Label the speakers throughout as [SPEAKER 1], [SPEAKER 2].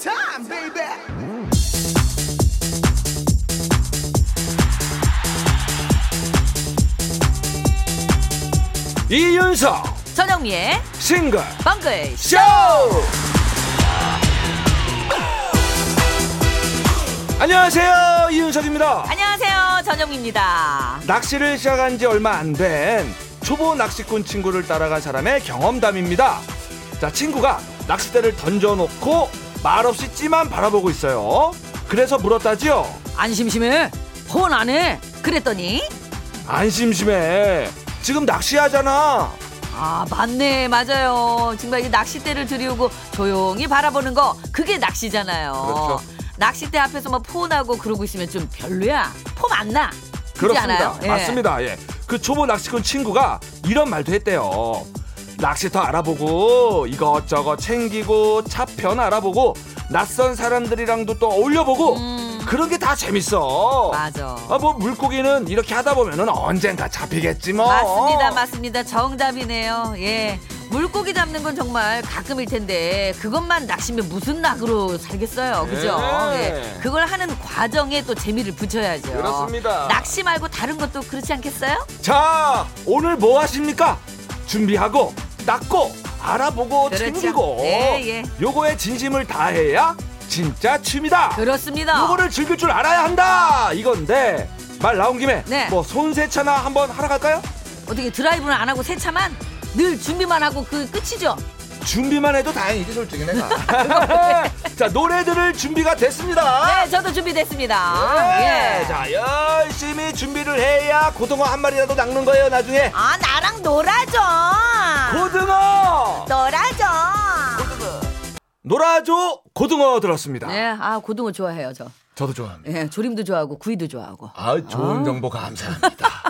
[SPEAKER 1] time, baby.
[SPEAKER 2] 이윤석
[SPEAKER 3] 전영미의
[SPEAKER 2] 싱글
[SPEAKER 3] 방글
[SPEAKER 2] 쇼 안녕하세요 이윤석입니다
[SPEAKER 3] 안녕하세요 전영미입니다
[SPEAKER 2] 낚시를 시작한 지 얼마 안 된 초보 낚시꾼 친구를 따라간 사람의 경험담입니다 자 친구가 낚싯대를 던져놓고 말없이 찌만 바라보고 있어요 그래서 물었다지요
[SPEAKER 3] 안 심심해? 혼 안해? 그랬더니
[SPEAKER 2] 안 심심해 지금 낚시하잖아
[SPEAKER 3] 아 맞네 맞아요 정말 이 낚싯대를 들이우고 조용히 바라보는 거 그게 낚시잖아요
[SPEAKER 2] 그렇죠.
[SPEAKER 3] 낚싯대 앞에서 막 폰하고 그러고 있으면 좀 별로야 폼 안나 그렇지
[SPEAKER 2] 그렇습니다.
[SPEAKER 3] 않아요? 예.
[SPEAKER 2] 맞습니다. 예. 그 초보 낚시꾼 친구가 이런 말도 했대요. 낚시터 알아보고 이것저것 챙기고 차편 알아보고 낯선 사람들이랑도 또 어울려보고
[SPEAKER 3] 음.
[SPEAKER 2] 그런 게 다 재밌어.
[SPEAKER 3] 맞아
[SPEAKER 2] 아, 뭐 물고기는 이렇게 하다 보면은 언젠가 잡히겠지 뭐.
[SPEAKER 3] 맞습니다, 맞습니다. 정답이네요. 예. 물고기 잡는 건 정말 가끔일 텐데 그것만 낚시면 무슨 낙으로 살겠어요, 그죠?
[SPEAKER 2] 예.
[SPEAKER 3] 예. 그걸 하는 과정에 또 재미를 붙여야죠.
[SPEAKER 2] 그렇습니다.
[SPEAKER 3] 낚시 말고 다른 것도 그렇지 않겠어요?
[SPEAKER 2] 자, 오늘 뭐 하십니까? 준비하고 낚고 알아보고
[SPEAKER 3] 그렇죠.
[SPEAKER 2] 챙기고
[SPEAKER 3] 예, 예.
[SPEAKER 2] 요거에 진심을 다해야 진짜 취미다.
[SPEAKER 3] 그렇죠. 그렇습니다.
[SPEAKER 2] 요거를 즐길 줄 알아야 한다 이건데 말 나온 김에
[SPEAKER 3] 네.
[SPEAKER 2] 뭐 손세차나 한번 하러 갈까요?
[SPEAKER 3] 어떻게 드라이브는 안 하고 세차만 늘 준비만 하고 그 끝이죠?
[SPEAKER 2] 준비만 해도 다행이지 솔직히 내가 자 노래 들을 준비가 됐습니다
[SPEAKER 3] 네, 저도 준비됐습니다.
[SPEAKER 2] 네.
[SPEAKER 3] 예.
[SPEAKER 2] 자 열심히 준비를 해야 고등어 한 마리라도 낚는 거예요 나중에
[SPEAKER 3] 아, 나랑 놀아줘.
[SPEAKER 2] 고등어
[SPEAKER 3] 놀아줘.
[SPEAKER 2] 놀아줘 고등어 들었습니다
[SPEAKER 3] 네, 아 고등어 좋아해요 저.
[SPEAKER 2] 저도 좋아합니다
[SPEAKER 3] 예, 조림도 좋아하고 구이도 좋아하고.
[SPEAKER 2] 아 좋은 정보 감사합니다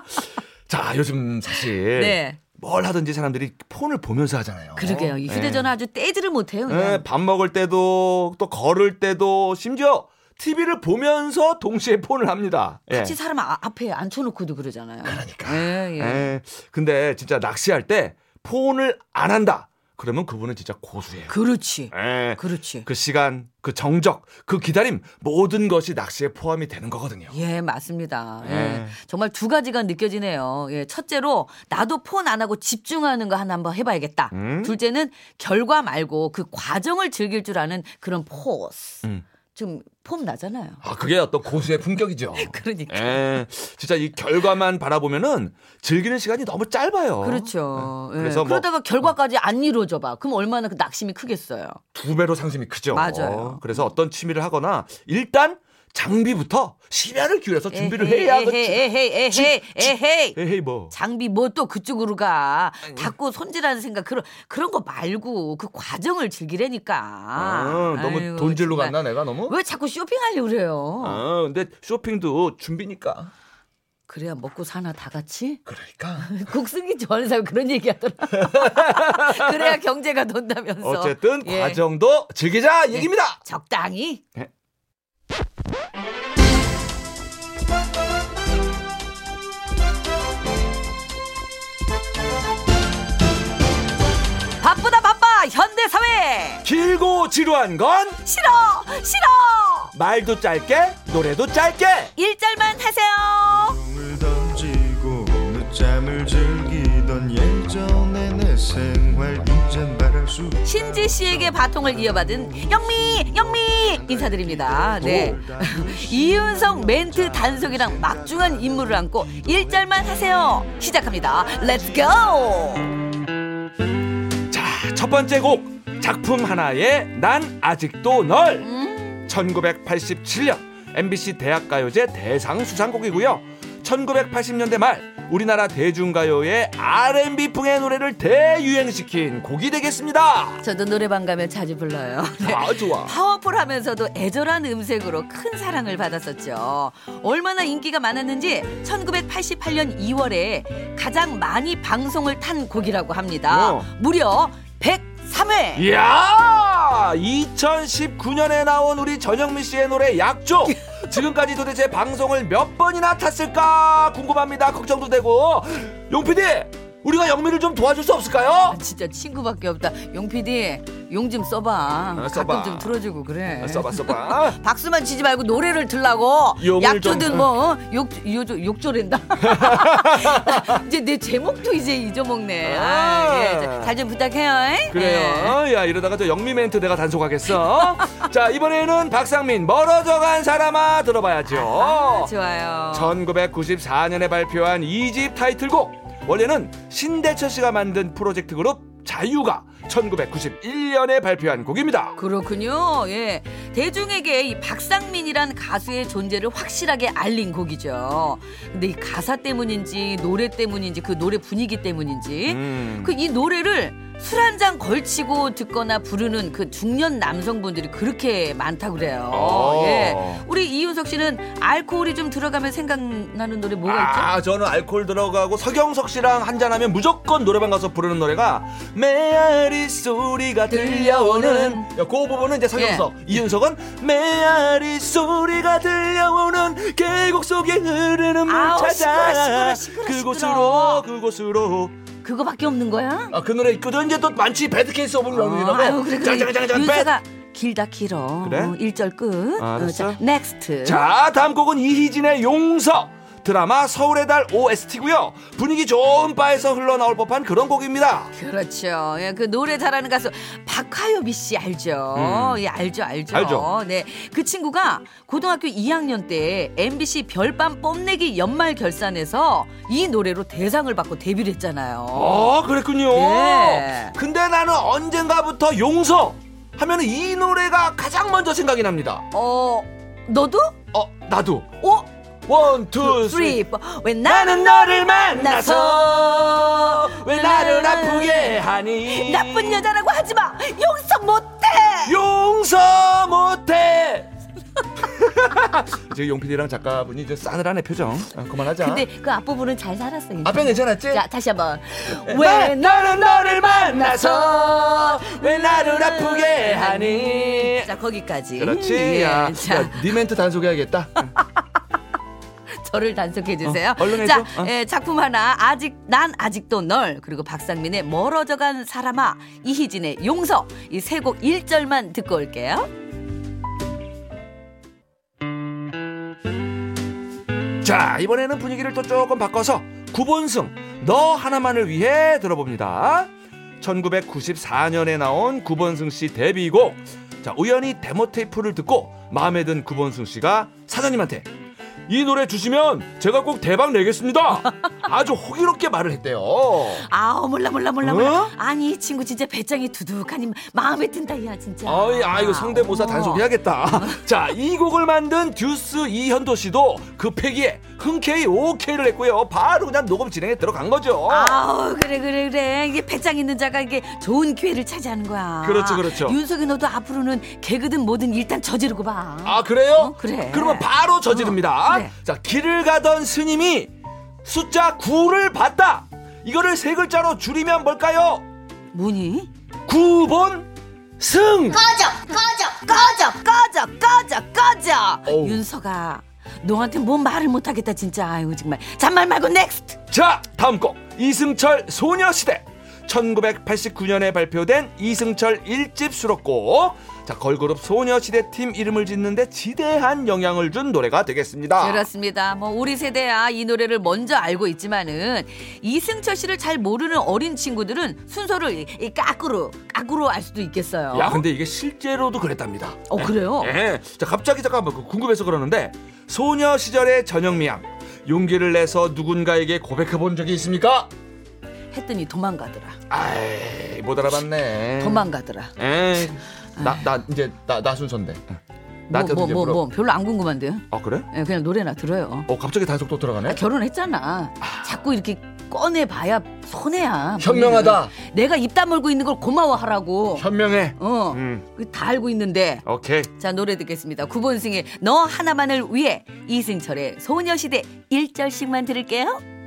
[SPEAKER 2] 자 요즘 사실
[SPEAKER 3] 네.
[SPEAKER 2] 뭘 하든지 사람들이 폰을 보면서 하잖아요 네.
[SPEAKER 3] 그러게요. 이 휴대전화 아주 떼지를 못해요. 그냥.
[SPEAKER 2] 어? 예, 밥 먹을 때도 또 걸을 때도 심지어 TV를 보면서 동시에 폰을 합니다. 예.
[SPEAKER 3] 같이 사람 아- 앞에 앉혀놓고도 그러잖아요.
[SPEAKER 2] 그러니까.
[SPEAKER 3] 예, 예.
[SPEAKER 2] 예. 근데 진짜 낚시할 때 폰을 안 한다. 그러면 그분은 진짜 고수예요.
[SPEAKER 3] 그렇지.
[SPEAKER 2] 예. 그,
[SPEAKER 3] 그렇지.
[SPEAKER 2] 시간, 그 정적, 그 기다림 모든 것이 낚시에 포함이 되는 거거든요.
[SPEAKER 3] 예, 맞습니다. 예.
[SPEAKER 2] 예.
[SPEAKER 3] 정말 두 가지가 느껴지네요. 예, 첫째로 나도 폰 안 하고 집중하는 거 하나 한번 해봐야겠다.
[SPEAKER 2] 음.
[SPEAKER 3] 둘째는 결과 말고 그 과정을 즐길 줄 아는 그런 포스.
[SPEAKER 2] 음.
[SPEAKER 3] 좀 폼 나잖아요.
[SPEAKER 2] 아, 그게 어떤 고수의 품격이죠.
[SPEAKER 3] 그러니까.
[SPEAKER 2] 예. 진짜 이 결과만 바라보면은 즐기는 시간이 너무 짧아요.
[SPEAKER 3] 그렇죠.
[SPEAKER 2] 예.
[SPEAKER 3] 예.
[SPEAKER 2] 그래서 뭐
[SPEAKER 3] 그러다가 결과까지 안 이루어져 봐. 그럼 얼마나 그 낙심이 크겠어요.
[SPEAKER 2] 두 배로 상심이 크죠.
[SPEAKER 3] 맞아요.
[SPEAKER 2] 그래서 어떤 취미를 하거나 일단 장비부터 심야를 기울여서 준비를
[SPEAKER 3] 예,
[SPEAKER 2] 해야 그
[SPEAKER 3] 에헤이 에헤이 에헤이
[SPEAKER 2] 에헤이 뭐.
[SPEAKER 3] 장비 뭐 또 그쪽으로 가 닫고 손질하는 생각 그런 그런 거 말고 그 과정을 즐기라니까.
[SPEAKER 2] 아, 너무
[SPEAKER 3] 아이고,
[SPEAKER 2] 돈질로
[SPEAKER 3] 정말.
[SPEAKER 2] 갔나 내가 너무?
[SPEAKER 3] 왜 자꾸 쇼핑하려고 그래요?
[SPEAKER 2] 아, 근데 쇼핑도 준비니까.
[SPEAKER 3] 그래야 먹고 사나 다 같이?
[SPEAKER 2] 그러니까.
[SPEAKER 3] 국승이 좋아하는 사람 그런 얘기 하더라. 그래야 경제가 돈다면서.
[SPEAKER 2] 어쨌든
[SPEAKER 3] 예.
[SPEAKER 2] 과정도 즐기자 얘기입니다.
[SPEAKER 3] 적당히.
[SPEAKER 2] 예.
[SPEAKER 3] 바쁘다 바빠 현대사회
[SPEAKER 2] 길고 지루한 건
[SPEAKER 3] 싫어 싫어
[SPEAKER 2] 말도 짧게 노래도 짧게
[SPEAKER 3] 일절만 하세요
[SPEAKER 4] 꿈을 던지고 늦잠을 즐기던 예전의 내 생활 이젠 바랄 수
[SPEAKER 3] 신지 씨에게 바통을 이어받은 영미 영미 인사드립니다. 네. 이윤성 멘트 단속이랑 막중한 임무를 안고 일절만 하세요. 시작합니다. 렛츠 고.
[SPEAKER 2] 자 첫 번째 곡 작품 하나에 난 아직도 널 1987년 MBC 대학가요제 대상 수상곡이고요 1980년대 말 우리나라 대중가요의 R&B풍의 노래를 대유행시킨 곡이 되겠습니다
[SPEAKER 3] 저도 노래방 가면 자주 불러요. 네.
[SPEAKER 2] 아 좋아
[SPEAKER 3] 파워풀하면서도 애절한 음색으로 큰 사랑을 받았었죠. 얼마나 인기가 많았는지 1988년 2월에 가장 많이 방송을 탄 곡이라고 합니다.
[SPEAKER 2] 어.
[SPEAKER 3] 무려 103회.
[SPEAKER 2] 예. 이야 2019년에 나온 우리 전영미 씨의 노래 약조 지금까지 도대체 방송을 몇 번이나 탔을까 궁금합니다 걱정도 되고 용PD 우리가 영미를 좀 도와줄 수 없을까요?
[SPEAKER 3] 아, 진짜 친구밖에 없다. 용 PD, 용 좀 써봐.
[SPEAKER 2] 아, 써봐.
[SPEAKER 3] 가끔 좀 들어주고 그래.
[SPEAKER 2] 아, 써봐 써봐.
[SPEAKER 3] 박수만 치지 말고 노래를 들라고
[SPEAKER 2] 용을
[SPEAKER 3] 약조든
[SPEAKER 2] 좀-
[SPEAKER 3] 뭐욕 욕조랜다 이제 내 제목도 이제 잊어먹네 예,
[SPEAKER 2] 아.
[SPEAKER 3] 잘 좀 부탁해요 잉? 예.
[SPEAKER 2] 그래요. 야 이러다가 저 영미 멘트 내가 단속하겠어. 자 이번에는 박상민 멀어져간 사람아 들어봐야죠.
[SPEAKER 3] 아, 좋아요
[SPEAKER 2] 1994년에 발표한 2집 타이틀곡 원래는 신대철 씨가 만든 프로젝트 그룹 자유가 1991년에 발표한 곡입니다.
[SPEAKER 3] 그렇군요 예 대중에게 이 박상민이란 가수의 존재를 확실하게 알린 곡이죠 근데 이 가사 때문인지 노래 때문인지 그 노래 분위기 때문인지
[SPEAKER 2] 음.
[SPEAKER 3] 그 이 노래를 술 한 잔 걸치고 듣거나 부르는 그 중년 남성분들이 그렇게 많다고 그래요.
[SPEAKER 2] 어.
[SPEAKER 3] 예. 우리 이윤석 씨는 알코올이 좀 들어가면 생각나는 노래 뭐가 있죠?
[SPEAKER 2] 아, 저는 알코올 들어가고 서경석 씨랑 한잔하면 무조건 노래방 가서 부르는 노래가 메아리 소리가 들려오는 야, 그 부분은 이제 서경석
[SPEAKER 3] 예.
[SPEAKER 2] 이윤석은 메아리 소리가 들려오는 계곡 속에 흐르는 물
[SPEAKER 3] 아우,
[SPEAKER 2] 찾아
[SPEAKER 3] 시끄러, 시끄러, 시끄러,
[SPEAKER 2] 그곳으로
[SPEAKER 3] 시끄러.
[SPEAKER 2] 그곳으로
[SPEAKER 3] 그거밖에 없는 거야?
[SPEAKER 2] 아 그 노래 있거든 이제 또 많지 배드 케이스 오브 러브이라고
[SPEAKER 3] 아유, 그래, 그래.
[SPEAKER 2] 짱짱짱짱 배드
[SPEAKER 3] 윤석아, 길다 길어.
[SPEAKER 2] 그래?
[SPEAKER 3] 어, 1절 끝.
[SPEAKER 2] 아, 알았어.
[SPEAKER 3] 자, 넥스트.
[SPEAKER 2] 자 다음 곡은 이희진의 용서 드라마 서울의 달 OST고요 분위기 좋은 바에서 흘러나올 법한 그런 곡입니다
[SPEAKER 3] 그렇죠. 예, 그 노래 잘하는 가수 박하요비 씨 알죠? 예, 알죠, 알죠.
[SPEAKER 2] 음. 알죠.
[SPEAKER 3] 네, 그 친구가 고등학교 2학년 때 MBC 별밤 뽐내기 연말 결산에서 이 노래로 대상을 받고 데뷔를 했잖아요.
[SPEAKER 2] 어 그랬군요
[SPEAKER 3] 예.
[SPEAKER 2] 근데 나는 언젠가부터 용서 하면 이 노래가 가장 먼저 생각이 납니다
[SPEAKER 3] 어, 너도?
[SPEAKER 2] 어 나도
[SPEAKER 3] 오,
[SPEAKER 2] 원투 쓰리
[SPEAKER 3] 쓰리, 포. 왜
[SPEAKER 2] 나는
[SPEAKER 3] 나는
[SPEAKER 2] 너를 만나서 왜 나를 아프게 하니
[SPEAKER 3] 나쁜 여자라고 하지 마. 용서 못해.
[SPEAKER 2] 용서 못해. 지금 용PD랑 작가분이 이제 싸늘하네 표정. 아, 그만하자.
[SPEAKER 3] 근데 그 앞부분은 잘 살았어. 괜찮아.
[SPEAKER 2] 앞에 괜찮았지?
[SPEAKER 3] 자, 다시 한번.
[SPEAKER 2] 왜
[SPEAKER 3] 왜
[SPEAKER 2] 나는 너를 만나서 왜 나를 아프게 하니?
[SPEAKER 3] 음, 예, 자 거기까지.
[SPEAKER 2] 그렇지.
[SPEAKER 3] 예,
[SPEAKER 2] 야,
[SPEAKER 3] 자
[SPEAKER 2] 야, 네 멘트 단속해야겠다.
[SPEAKER 3] 저를 단속해 주세요.
[SPEAKER 2] 어, 얼른
[SPEAKER 3] 자
[SPEAKER 2] 해줘. 어.
[SPEAKER 3] 예, 작품 하나 아직 난 아직도 널 그리고 박상민의 멀어져간 사람아 이희진의 용서 이 세 곡 일절만 듣고 올게요.
[SPEAKER 2] 자, 이번에는 분위기를 또 조금 바꿔서 구본승 너 하나만을 위해 들어봅니다. 1994년에 나온 구본승 씨 데뷔곡. 자, 우연히 데모 테이프를 듣고 마음에 든 구본승 씨가 사장님한테 이 노래 주시면 제가 꼭 대박 내겠습니다. 아주 호기롭게 말을 했대요.
[SPEAKER 3] 아 몰라 몰라 몰라 몰라.
[SPEAKER 2] 어?
[SPEAKER 3] 아니 이 친구 진짜 배짱이 두둑하니 마음에 든다 야 진짜.
[SPEAKER 2] 아이, 아, 이거 성대모사
[SPEAKER 3] 어.
[SPEAKER 2] 단속해야겠다. 자, 이 곡을 만든 듀스 이현도 씨도 급하기에 흔쾌히 오케이를 했고요. 바로 그냥 녹음 진행에 들어간 거죠.
[SPEAKER 3] 아우 그래 그래 그래 이게 배짱 있는 자가 이게 좋은 기회를 차지하는 거야.
[SPEAKER 2] 그렇죠, 그렇죠.
[SPEAKER 3] 윤석이 너도 앞으로는 개그든 뭐든 일단 저지르고 봐.
[SPEAKER 2] 아 그래요?
[SPEAKER 3] 어, 그래.
[SPEAKER 2] 러면 바로 저지릅니다.
[SPEAKER 3] 어, 그래.
[SPEAKER 2] 자 길을 가던 스님이 숫자 9를 봤다. 이거를 세 글자로 줄이면 뭘까요?
[SPEAKER 3] 뭐니?
[SPEAKER 2] 구본 승.
[SPEAKER 3] 꺼져 꺼져 꺼져 꺼져 꺼져 꺼져
[SPEAKER 2] 어우.
[SPEAKER 3] 윤서가 너한테 뭔 말을 못하겠다 진짜 아이고 정말 잔말 말고 넥스트
[SPEAKER 2] 자 다음 곡 이승철 소녀시대. 1989년에 발표된 이승철 일집 수록곡. 자 걸그룹 소녀시대 팀 이름을 짓는데 지대한 영향을 준 노래가 되겠습니다.
[SPEAKER 3] 그렇습니다 뭐 우리 세대야 이 노래를 먼저 알고 있지만은 이승철 씨를 잘 모르는 어린 친구들은 순서를 이- 이 까꾸로 까꾸로 알 수도 있겠어요
[SPEAKER 2] 야 근데 이게 실제로도 그랬답니다.
[SPEAKER 3] 어 그래요
[SPEAKER 2] 예. 자 갑자기 잠깐만 그 궁금해서 그러는데 소녀 시절의 전영미 양 용기를 내서 누군가에게 고백해 본 적이 있습니까?
[SPEAKER 3] 했더니 도망가더라
[SPEAKER 2] 아이 못 알아봤네. 예.
[SPEAKER 3] 도망가더라
[SPEAKER 2] 에이 나나 이제 나, 나 순서인데.
[SPEAKER 3] 뭐
[SPEAKER 2] 나한테도
[SPEAKER 3] 뭐
[SPEAKER 2] 이제
[SPEAKER 3] 뭐
[SPEAKER 2] 물어.
[SPEAKER 3] 뭐 별로 안 궁금한데요
[SPEAKER 2] 아 그래?
[SPEAKER 3] 예, 그냥 노래나 들어요
[SPEAKER 2] 어 갑자기 단속 또 들어가네.
[SPEAKER 3] 결혼했잖아. 자꾸 이렇게 꺼내봐야 손해야.
[SPEAKER 2] 현명하다.
[SPEAKER 3] 본인은. 내가 입 다물고 있는 걸 고마워하라고.
[SPEAKER 2] 현명해.
[SPEAKER 3] 어,
[SPEAKER 2] 음.
[SPEAKER 3] 그다 알고 있는데.
[SPEAKER 2] 오케이.
[SPEAKER 3] 자 노래 듣겠습니다. 구본승의 너 하나만을 위해 이승철의 소녀시대 1절씩만 들을게요.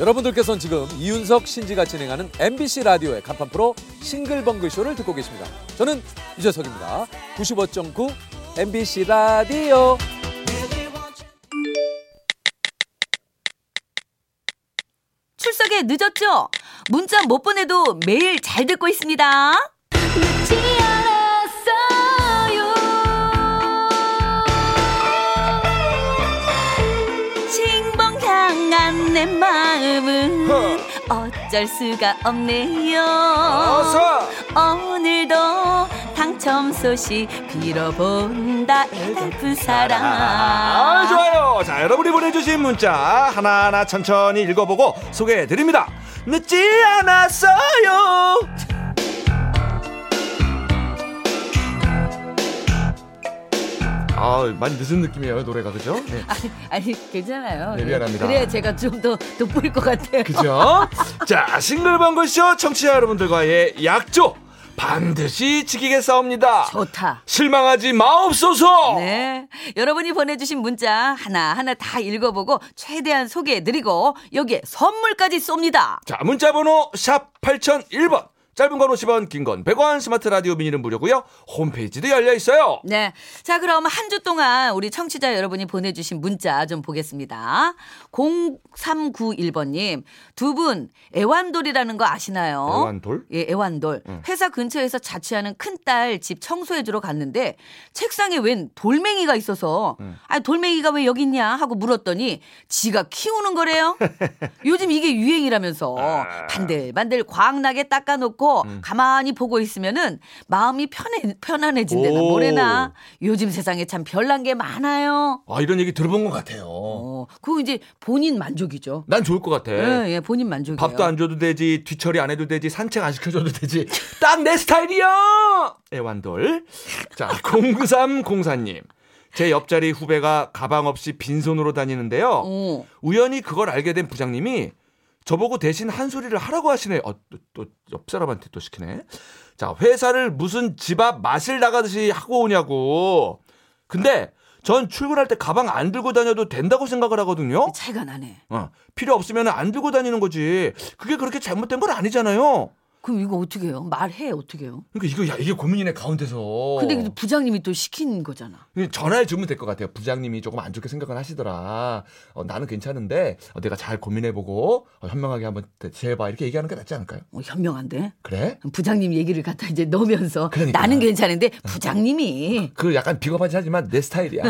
[SPEAKER 1] 여러분들께서는 지금 이윤석 신지가 진행하는 MBC 라디오의 간판 프로 싱글벙글 쇼를 듣고 계십니다. 저는 유재석입니다. 95.9 MBC 라디오.
[SPEAKER 3] 씨 늦었죠? 문자 못 보내도 매일 잘 듣고 있습니다.
[SPEAKER 5] 늦지 않았어요
[SPEAKER 3] 싱벙 향한 내 마음은 어쩔 수가 없네요.
[SPEAKER 2] 어서
[SPEAKER 3] 오늘도 당첨 소식 빌어본다 해달픈 사랑.
[SPEAKER 2] 네, 아, 좋아요. 자, 여러분이 보내주신 문자 하나하나 천천히 읽어보고 소개해드립니다. 늦지 않았어요. 아, 많이 늦은 느낌이에요, 노래가. 그죠? 네.
[SPEAKER 3] 아니, 아니 괜찮아요.
[SPEAKER 2] 네, 미안합니다.
[SPEAKER 3] 그래야 제가 좀 더 돋보일 것 같아요.
[SPEAKER 2] 그죠? 자, 싱글벙글쇼 청취자 여러분들과의 약조 반드시 지키겠사옵니다.
[SPEAKER 3] 좋다.
[SPEAKER 2] 실망하지 마옵소서.
[SPEAKER 3] 네. 여러분이 보내주신 문자 하나하나 다 읽어보고 최대한 소개해드리고 여기에 선물까지 쏩니다.
[SPEAKER 2] 자, 문자 번호 샵 8001번. 짧은 건 50원, 긴 건 100원, 스마트 라디오 미니는 무료고요. 홈페이지도 열려 있어요.
[SPEAKER 3] 네. 자, 그럼 한 주 동안 우리 청취자 여러분이 보내주신 문자 좀 보겠습니다. 0391번님, 두 분 애완돌이라는 거 아시나요?
[SPEAKER 2] 애완돌?
[SPEAKER 3] 예, 애완돌.
[SPEAKER 2] 음.
[SPEAKER 3] 회사 근처에서 자취하는 큰딸 집 청소해주러 갔는데 책상에 웬 돌멩이가 있어서
[SPEAKER 2] 음.
[SPEAKER 3] 아, 돌멩이가 왜 여기 있냐 하고 물었더니 지가 키우는 거래요. 요즘 이게 유행이라면서
[SPEAKER 2] 아.
[SPEAKER 3] 반들반들 광나게 닦아놓고
[SPEAKER 2] 음.
[SPEAKER 3] 가만히 보고 있으면은 마음이 편해, 편안해진대나
[SPEAKER 2] 오.
[SPEAKER 3] 뭐래나 요즘 세상에 참 별난 게 많아요.
[SPEAKER 2] 아, 이런 얘기 들어본 것 같아요.
[SPEAKER 3] 어, 그거 이제 본인 만족이죠.
[SPEAKER 2] 난 좋을 것 같아.
[SPEAKER 3] 예, 예, 본인 만족이에요.
[SPEAKER 2] 네. 밥도 안 줘도 되지, 뒤처리 안 해도 되지, 산책 안 시켜줘도 되지. 딱 내 스타일이야! 애완돌. 자, 0304님. 제 옆자리 후배가 가방 없이 빈손으로 다니는데요.
[SPEAKER 3] 어.
[SPEAKER 2] 우연히 그걸 알게 된 부장님이 저보고 대신 한 소리를 하라고 하시네. 어, 또, 또, 옆 사람한테 또 시키네. 자, 회사를 무슨 집 앞 마실 나가듯이 하고 오냐고. 근데 전 출근할 때 가방 안 들고 다녀도 된다고 생각을 하거든요.
[SPEAKER 3] 차이가 나네.
[SPEAKER 2] 어, 필요 없으면 안 들고 다니는 거지. 그게 그렇게 잘못된 건 아니잖아요.
[SPEAKER 3] 그럼 이거 어떻게 해요? 말해, 어떻게 해요?
[SPEAKER 2] 그러니까 이거 야, 이게 고민이네 가운데서.
[SPEAKER 3] 근데 그 부장님이 또 시킨 거잖아.
[SPEAKER 2] 그 전화해 주면 될 것 같아요. 부장님이 조금 안 좋게 생각을 하시더라. 어, 나는 괜찮은데 어, 내가 잘 고민해보고 어, 현명하게 한번 재봐 이렇게 얘기하는 게 낫지 않을까요?
[SPEAKER 3] 어, 현명한데?
[SPEAKER 2] 그래?
[SPEAKER 3] 부장님 얘기를 갖다 이제 넣으면서
[SPEAKER 2] 그러니까.
[SPEAKER 3] 나는 괜찮은데 부장님이
[SPEAKER 2] 그 약간 비겁하지 하지만 내 스타일이야.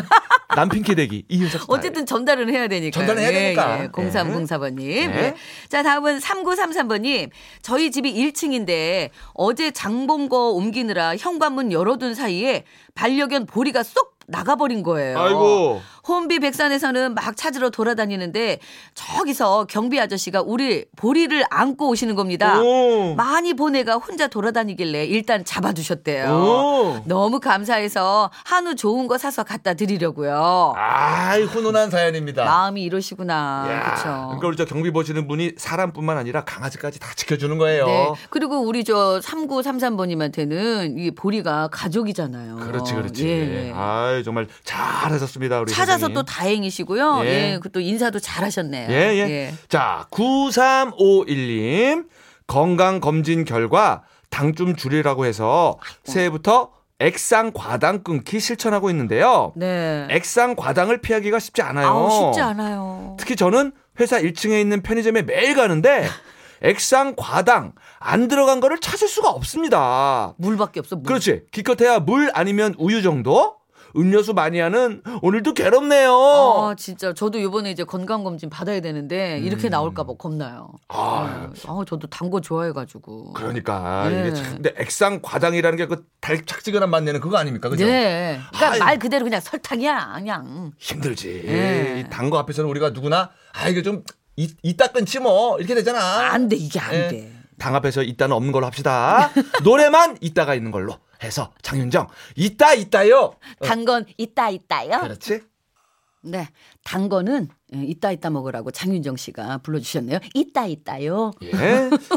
[SPEAKER 2] 남핑키 대기 이윤석 스타일.
[SPEAKER 3] 어쨌든 전달은 해야 예,
[SPEAKER 2] 아,
[SPEAKER 3] 되니까.
[SPEAKER 2] 전달은 해야 되니까. 네.
[SPEAKER 3] 0304번님. 예.
[SPEAKER 2] 네.
[SPEAKER 3] 자, 다음은 3933번님. 저희 집이 1층인데 어제 장본거 옮기느라 현관문 열어둔 사이에 반려견 보리가 쏙 나가버린 거예요.
[SPEAKER 2] 아이고.
[SPEAKER 3] 혼비 백산에서는 막 찾으러 돌아다니는데 저기서 경비 아저씨가 우리 보리를 안고 오시는 겁니다.
[SPEAKER 2] 오.
[SPEAKER 3] 많이 보내가 혼자 돌아다니길래 일단 잡아주셨대요.
[SPEAKER 2] 오.
[SPEAKER 3] 너무 감사해서 한우 좋은 거 사서 갖다 드리려고요.
[SPEAKER 2] 아이 훈훈한 사연입니다.
[SPEAKER 3] 마음이 이러시구나.
[SPEAKER 2] 야,
[SPEAKER 3] 그렇죠.
[SPEAKER 2] 그러니까 우리 저 경비 보시는 분이 사람뿐만 아니라 강아지까지 다 지켜주는 거예요.
[SPEAKER 3] 네. 그리고 우리 저 3933번님한테는 이 보리가 가족이잖아요.
[SPEAKER 2] 그렇지, 그렇지.
[SPEAKER 3] 예, 예.
[SPEAKER 2] 아이 정말 잘하셨습니다 우리
[SPEAKER 3] 찾아서
[SPEAKER 2] 선생님.
[SPEAKER 3] 또 다행이시고요.
[SPEAKER 2] 예.
[SPEAKER 3] 예. 그 또 인사도 잘하셨네요.
[SPEAKER 2] 예, 예. 자, 9351님. 건강 검진 결과 당 좀 줄이라고 해서 새해부터 액상 과당 끊기 실천하고 있는데요.
[SPEAKER 3] 네.
[SPEAKER 2] 액상 과당을 피하기가 쉽지 않아요.
[SPEAKER 3] 아우 쉽지 않아요.
[SPEAKER 2] 특히 저는 회사 1층에 있는 편의점에 매일 가는데 액상 과당 안 들어간 거를 찾을 수가 없습니다.
[SPEAKER 3] 물밖에 없어. 물.
[SPEAKER 2] 그렇지. 기껏해야 물 아니면 우유 정도? 음료수 많이 하는 오늘도 괴롭네요. 어,
[SPEAKER 3] 아 진짜 저도 요번에 이제 건강 검진 받아야 되는데 이렇게 나올까 봐 겁나요.
[SPEAKER 2] 음. 아.
[SPEAKER 3] 아, 저도 단 거 좋아해가지고.
[SPEAKER 2] 그러니까
[SPEAKER 3] 예.
[SPEAKER 2] 이게 참 근데 액상 과당이라는 게 그 달짝지근한 맛내는 그거 아닙니까? 그죠?
[SPEAKER 3] 네. 그러니까
[SPEAKER 2] 아이.
[SPEAKER 3] 말 그대로 그냥 설탕이야, 그냥.
[SPEAKER 2] 힘들지.
[SPEAKER 3] 예.
[SPEAKER 2] 이 단거 앞에서는 우리가 누구나 아 이거 좀 이, 이따 끊지 뭐 이렇게 되잖아.
[SPEAKER 3] 안 돼, 이게 안
[SPEAKER 2] 예.
[SPEAKER 3] 돼.
[SPEAKER 2] 당 앞에서 이따는 없는 걸로 합시다. 노래만 이따가 있는 걸로 해서 장윤정 이따 이따요.
[SPEAKER 3] 단 건 있다 있다요.
[SPEAKER 2] 어. 그렇지?
[SPEAKER 3] 네, 단 거는 예, 있다 있다 먹으라고 장윤정 씨가 불러주셨네요. 있다 있다요.
[SPEAKER 2] 예.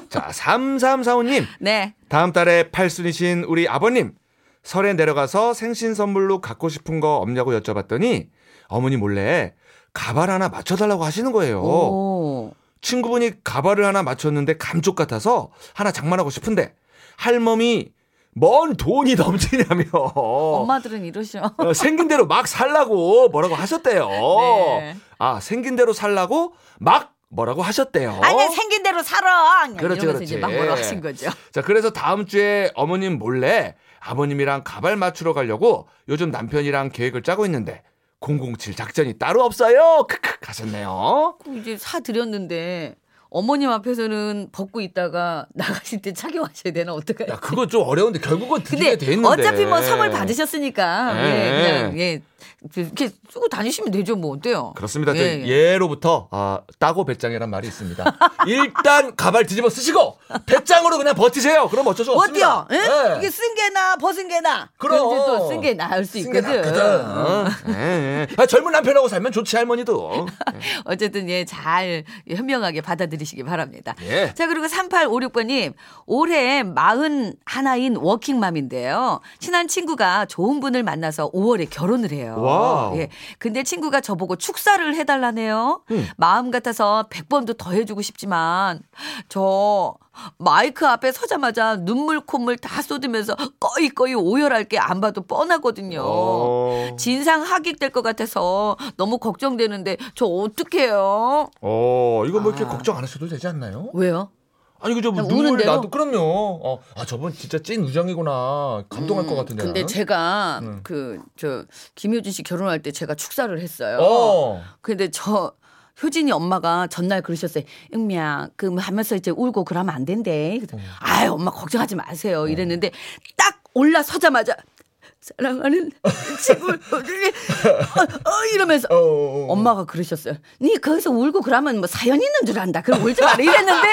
[SPEAKER 2] 자, 3345님.
[SPEAKER 3] 네,
[SPEAKER 2] 다음 달에 팔순이신 우리 아버님 설에 내려가서 생신 선물로 갖고 싶은 거 없냐고 여쭤봤더니 어머니 몰래 가발 하나 맞춰달라고 하시는 거예요.
[SPEAKER 3] 오,
[SPEAKER 2] 친구분이 가발을 하나 맞췄는데 감쪽 같아서 하나 장만하고 싶은데 할멈이 뭔 돈이 넘치냐며
[SPEAKER 3] 엄마들은 이러셔.
[SPEAKER 2] 어, 생긴 대로 막 살라고 뭐라고 하셨대요.
[SPEAKER 3] 네.
[SPEAKER 2] 아 생긴 대로 살라고 막 뭐라고 하셨대요.
[SPEAKER 3] 아니 생긴 대로 살아.
[SPEAKER 2] 그렇지,
[SPEAKER 3] 이러면서 이제
[SPEAKER 2] 그렇지.
[SPEAKER 3] 막 뭐라 하신 거죠.
[SPEAKER 2] 자, 그래서 다음 주에 어머님 몰래 아버님이랑 가발 맞추러 가려고 요즘 남편이랑 계획을 짜고 있는데 007 작전이 따로 없어요. 크크 하셨네요.
[SPEAKER 3] 그 이제 사 드렸는데 어머님 앞에서는 벗고 있다가 나가실 때 착용하셔야 되나 어떡해?
[SPEAKER 2] 야, 그거 좀 어려운데 결국은 드리게
[SPEAKER 3] 근데
[SPEAKER 2] 돼 있는데.
[SPEAKER 3] 어차피 뭐 선물 받으셨으니까
[SPEAKER 2] 예.
[SPEAKER 3] 예, 그냥 예 이렇게 쓰고 다니시면 되죠 뭐 어때요?
[SPEAKER 2] 그렇습니다. 저
[SPEAKER 3] 예, 예.
[SPEAKER 2] 예로부터 아, 따고 배짱이란 말이 있습니다. 일단 가발 뒤집어 쓰시고 배짱으로 그냥 버티세요. 그럼 어쩔 수 없습니다.
[SPEAKER 3] 어때요? 예?
[SPEAKER 2] 예.
[SPEAKER 3] 이게 쓴 게 나, 벗은 게 나.
[SPEAKER 2] 그럼.
[SPEAKER 3] 또쓴 게 나을 수
[SPEAKER 2] 쓴게
[SPEAKER 3] 있거든.
[SPEAKER 2] 낫거든. 예, 예. 아, 젊은 남편하고 살면 좋지 할머니도.
[SPEAKER 3] 어쨌든 예, 잘 현명하게 받아들이시기 바랍니다.
[SPEAKER 2] 예.
[SPEAKER 3] 자, 그리고 3856번님, 올해 41인 워킹맘인데요. 친한 친구가 좋은 분을 만나서 5월에 결혼을 해요.
[SPEAKER 2] 와우.
[SPEAKER 3] 예. 근데 친구가 저보고 축사를 해달라네요. 마음 같아서 100번도 더 해주고 싶지만, 저 마이크 앞에 서자마자 눈물, 콧물 다 쏟으면서 꺼이꺼이 오열할 게 안 봐도 뻔하거든요.
[SPEAKER 2] 어.
[SPEAKER 3] 진상 하객 될 것 같아서 너무 걱정되는데 저 어떡해요?
[SPEAKER 2] 어, 이거 뭐 이렇게
[SPEAKER 3] 아.
[SPEAKER 2] 걱정 안 하셔도 되지 않나요?
[SPEAKER 3] 왜요?
[SPEAKER 2] 아니 그저 뭐
[SPEAKER 3] 그냥
[SPEAKER 2] 눈물
[SPEAKER 3] 우는 대로?
[SPEAKER 2] 나도 그럼요. 어, 아 저분 진짜 찐 우정이구나. 감동할 것 같은데.
[SPEAKER 3] 음, 근데
[SPEAKER 2] 나는.
[SPEAKER 3] 제가
[SPEAKER 2] 음.
[SPEAKER 3] 그 저 김효진 씨 결혼할 때 제가 축사를 했어요.
[SPEAKER 2] 어.
[SPEAKER 3] 근데 저 효진이 엄마가 전날 그러셨어요. 응미야, 그 하면서 이제 울고 그러면 안 된대. 그래서 아유, 엄마 걱정하지 마세요. 이랬는데 딱 올라서자마자 사랑하는 친구 효진이 어, 어 이러면서
[SPEAKER 2] 어, 어, 어.
[SPEAKER 3] 엄마가 그러셨어요. 네 거기서 울고 그러면 뭐 사연 있는 줄 안다. 그럼 울지 마라 이랬는데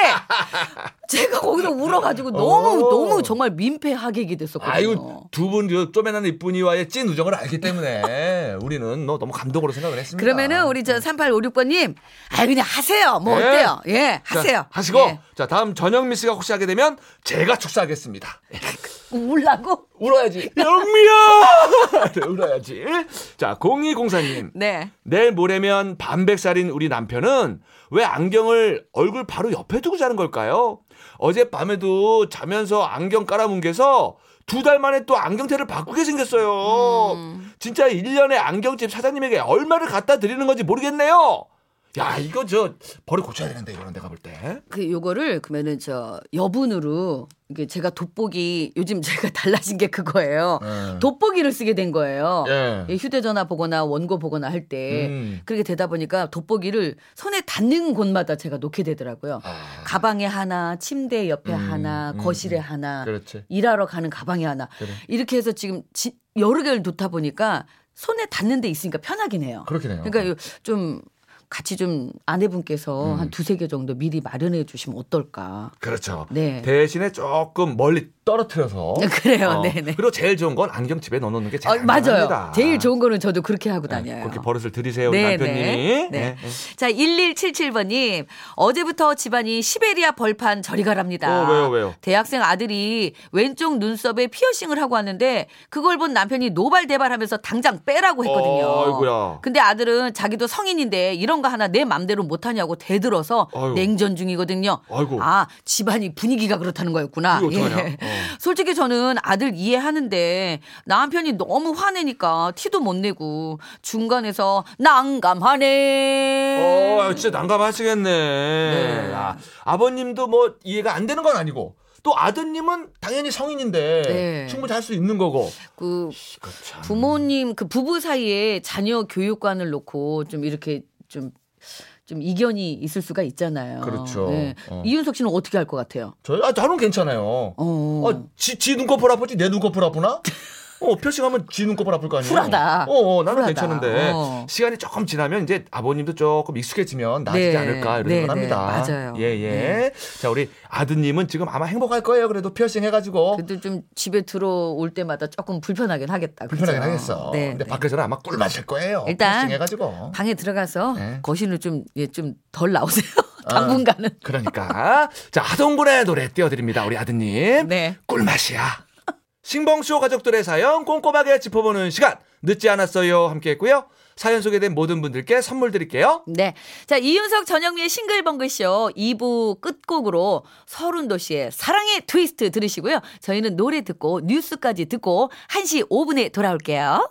[SPEAKER 3] 제가 거기서 울어가지고 너무
[SPEAKER 2] 어.
[SPEAKER 3] 너무 정말 민폐 하객이 됐었거든요.
[SPEAKER 2] 아이고 두분 쪼매난 이쁜이와의 찐 우정을 알기 때문에 우리는 너 너무 감동으로 생각을 했습니다.
[SPEAKER 3] 그러면은 우리 저 3856번님, 아 그냥 하세요. 뭐
[SPEAKER 2] 음. 네.
[SPEAKER 3] 어때요? 예,
[SPEAKER 2] 자,
[SPEAKER 3] 하세요.
[SPEAKER 2] 하시고
[SPEAKER 3] 예.
[SPEAKER 2] 자 다음 전영미 씨가 혹시 하게 되면 제가 축사하겠습니다.
[SPEAKER 3] 울라고?
[SPEAKER 2] 울어야지. 영미야. 네, 울어야지. 자 0204님.
[SPEAKER 3] 네.
[SPEAKER 2] 내일 모레면 반백살인 우리 남편은 왜 안경을 얼굴 바로 옆에 두고 자는 걸까요? 어젯밤에도 자면서 안경 깔아뭉개서 두 달 만에 또 안경테를 바꾸게 생겼어요. 진짜 일년에 안경집 사장님에게 얼마를 갖다 드리는 건지 모르겠네요. 야, 이거 저 버릇 고쳐야 되는데, 이런 데가 볼 때.
[SPEAKER 3] 그 요거를 그러면은 저 여분으로 이게 제가 돋보기 요즘 제가 달라진 게 그거예요.
[SPEAKER 2] 네.
[SPEAKER 3] 돋보기를 쓰게 된 거예요.
[SPEAKER 2] 예.
[SPEAKER 3] 이 휴대전화 보거나 원고 보거나 할 때
[SPEAKER 2] 음.
[SPEAKER 3] 그렇게 되다 보니까 돋보기를 손에 닿는 곳마다 제가 놓게 되더라고요.
[SPEAKER 2] 아,
[SPEAKER 3] 가방에 하나, 침대 옆에
[SPEAKER 2] 음,
[SPEAKER 3] 하나,
[SPEAKER 2] 음,
[SPEAKER 3] 거실에
[SPEAKER 2] 음.
[SPEAKER 3] 하나,
[SPEAKER 2] 그렇지.
[SPEAKER 3] 일하러 가는 가방에 하나.
[SPEAKER 2] 그래.
[SPEAKER 3] 이렇게 해서 지금 지- 여러 개를 놓다 보니까 손에 닿는 데 있으니까 편하긴 해요.
[SPEAKER 2] 그렇긴 해요.
[SPEAKER 3] 그러니까 요좀 같이 좀 아내분께서
[SPEAKER 2] 음.
[SPEAKER 3] 한 두세 개 정도 미리 마련해 주시면 어떨까.
[SPEAKER 2] 그렇죠.
[SPEAKER 3] 네.
[SPEAKER 2] 대신에 조금 멀리 떨어뜨려서.
[SPEAKER 3] 그래요. 네네.
[SPEAKER 2] 그리고 제일 좋은 건 안경집에 넣어놓는 게
[SPEAKER 3] 어,
[SPEAKER 2] 제일
[SPEAKER 3] 맞아요.
[SPEAKER 2] 안전합니다.
[SPEAKER 3] 제일 좋은 거는 저도 그렇게 하고
[SPEAKER 2] 네,
[SPEAKER 3] 다녀요.
[SPEAKER 2] 그렇게 버릇을 들이세요 우리
[SPEAKER 3] 네,
[SPEAKER 2] 남편님이.
[SPEAKER 3] 네.
[SPEAKER 2] 네.
[SPEAKER 3] 네. 자, 1177번님. 어제부터 집안이 시베리아 벌판 저리 가랍니다.
[SPEAKER 2] 어, 왜요, 왜요?
[SPEAKER 3] 대학생 아들이 왼쪽 눈썹에 피어싱을 하고 왔는데 그걸 본 남편이 노발대발하면서 당장 빼라고 했거든요.
[SPEAKER 2] 어이구야.
[SPEAKER 3] 근데 아들은 자기도 성인인데 이런 거 하나 내 맘대로 못하냐고 대들어서
[SPEAKER 2] 아이고.
[SPEAKER 3] 냉전 중이거든요.
[SPEAKER 2] 아이고.
[SPEAKER 3] 아, 집안이 분위기가 그렇다는 거였구나.
[SPEAKER 2] 이거 어떡하냐.
[SPEAKER 3] 예.
[SPEAKER 2] 어.
[SPEAKER 3] 솔직히 저는 아들 이해하는데 남편이 너무 화내니까 티도 못 내고 중간에서 난감하네.
[SPEAKER 2] 어, 진짜 난감하시겠네.
[SPEAKER 3] 네.
[SPEAKER 2] 아, 아버님도 뭐 이해가 안 되는 건 아니고 또 아드님은 당연히 성인인데
[SPEAKER 3] 네.
[SPEAKER 2] 충분히 할 수 있는 거고.
[SPEAKER 3] 그 부모님 그 부부 사이에 자녀 교육관을 놓고 좀 이렇게 좀 좀 이견이 있을 수가 있잖아요. 네.
[SPEAKER 2] 그렇죠. 어.
[SPEAKER 3] 이윤석 씨는 어떻게 할 것 같아요?
[SPEAKER 2] 저, 아, 저는 괜찮아요.
[SPEAKER 3] 어.
[SPEAKER 2] 어, 지, 지 눈꺼풀 아프지 내 눈꺼풀 아프나? 어, piercing하면 지 눈꺼풀 아플 거 아니에요.
[SPEAKER 3] 쿨하다.
[SPEAKER 2] 어, 어, 나는
[SPEAKER 3] 쿨하다.
[SPEAKER 2] 괜찮은데
[SPEAKER 3] 어.
[SPEAKER 2] 시간이 조금 지나면 이제 아버님도 조금 익숙해지면 나아지지
[SPEAKER 3] 네.
[SPEAKER 2] 않을까 이런
[SPEAKER 3] 네,
[SPEAKER 2] 생각합니다.
[SPEAKER 3] 네, 맞아요.
[SPEAKER 2] 예, 예. 자, 우리 아드님은 지금 아마 행복할 거예요. 그래도 피어싱 해가지고
[SPEAKER 3] 그래도 좀 집에 들어올 때마다 조금 불편하긴 하겠다.
[SPEAKER 2] 불편하긴
[SPEAKER 3] 그죠?
[SPEAKER 2] 하겠어.
[SPEAKER 3] 네,
[SPEAKER 2] 근데
[SPEAKER 3] 네.
[SPEAKER 2] 밖에서는 아마 꿀 마실 거예요.
[SPEAKER 3] 일단
[SPEAKER 2] 피어싱 해가지고.
[SPEAKER 3] 방에 들어가서
[SPEAKER 2] 네. 아.
[SPEAKER 3] 거실로 좀좀덜 나오세요. 당분간은.
[SPEAKER 2] 그러니까 자 하동군의 노래 띄워드립니다. 우리 아드님.
[SPEAKER 3] 네.
[SPEAKER 2] 꿀맛이야. 신봉쇼 가족들의 사연 꼼꼼하게 짚어보는 시간 늦지 않았어요 함께했고요. 사연 소개된 모든 분들께 선물 드릴게요.
[SPEAKER 3] 네. 자, 이윤석 전영미의 싱글벙글쇼 2부 끝곡으로 서른도 씨의 사랑의 트위스트 들으시고요. 저희는 노래 듣고 뉴스까지 듣고 1시 5분에 돌아올게요.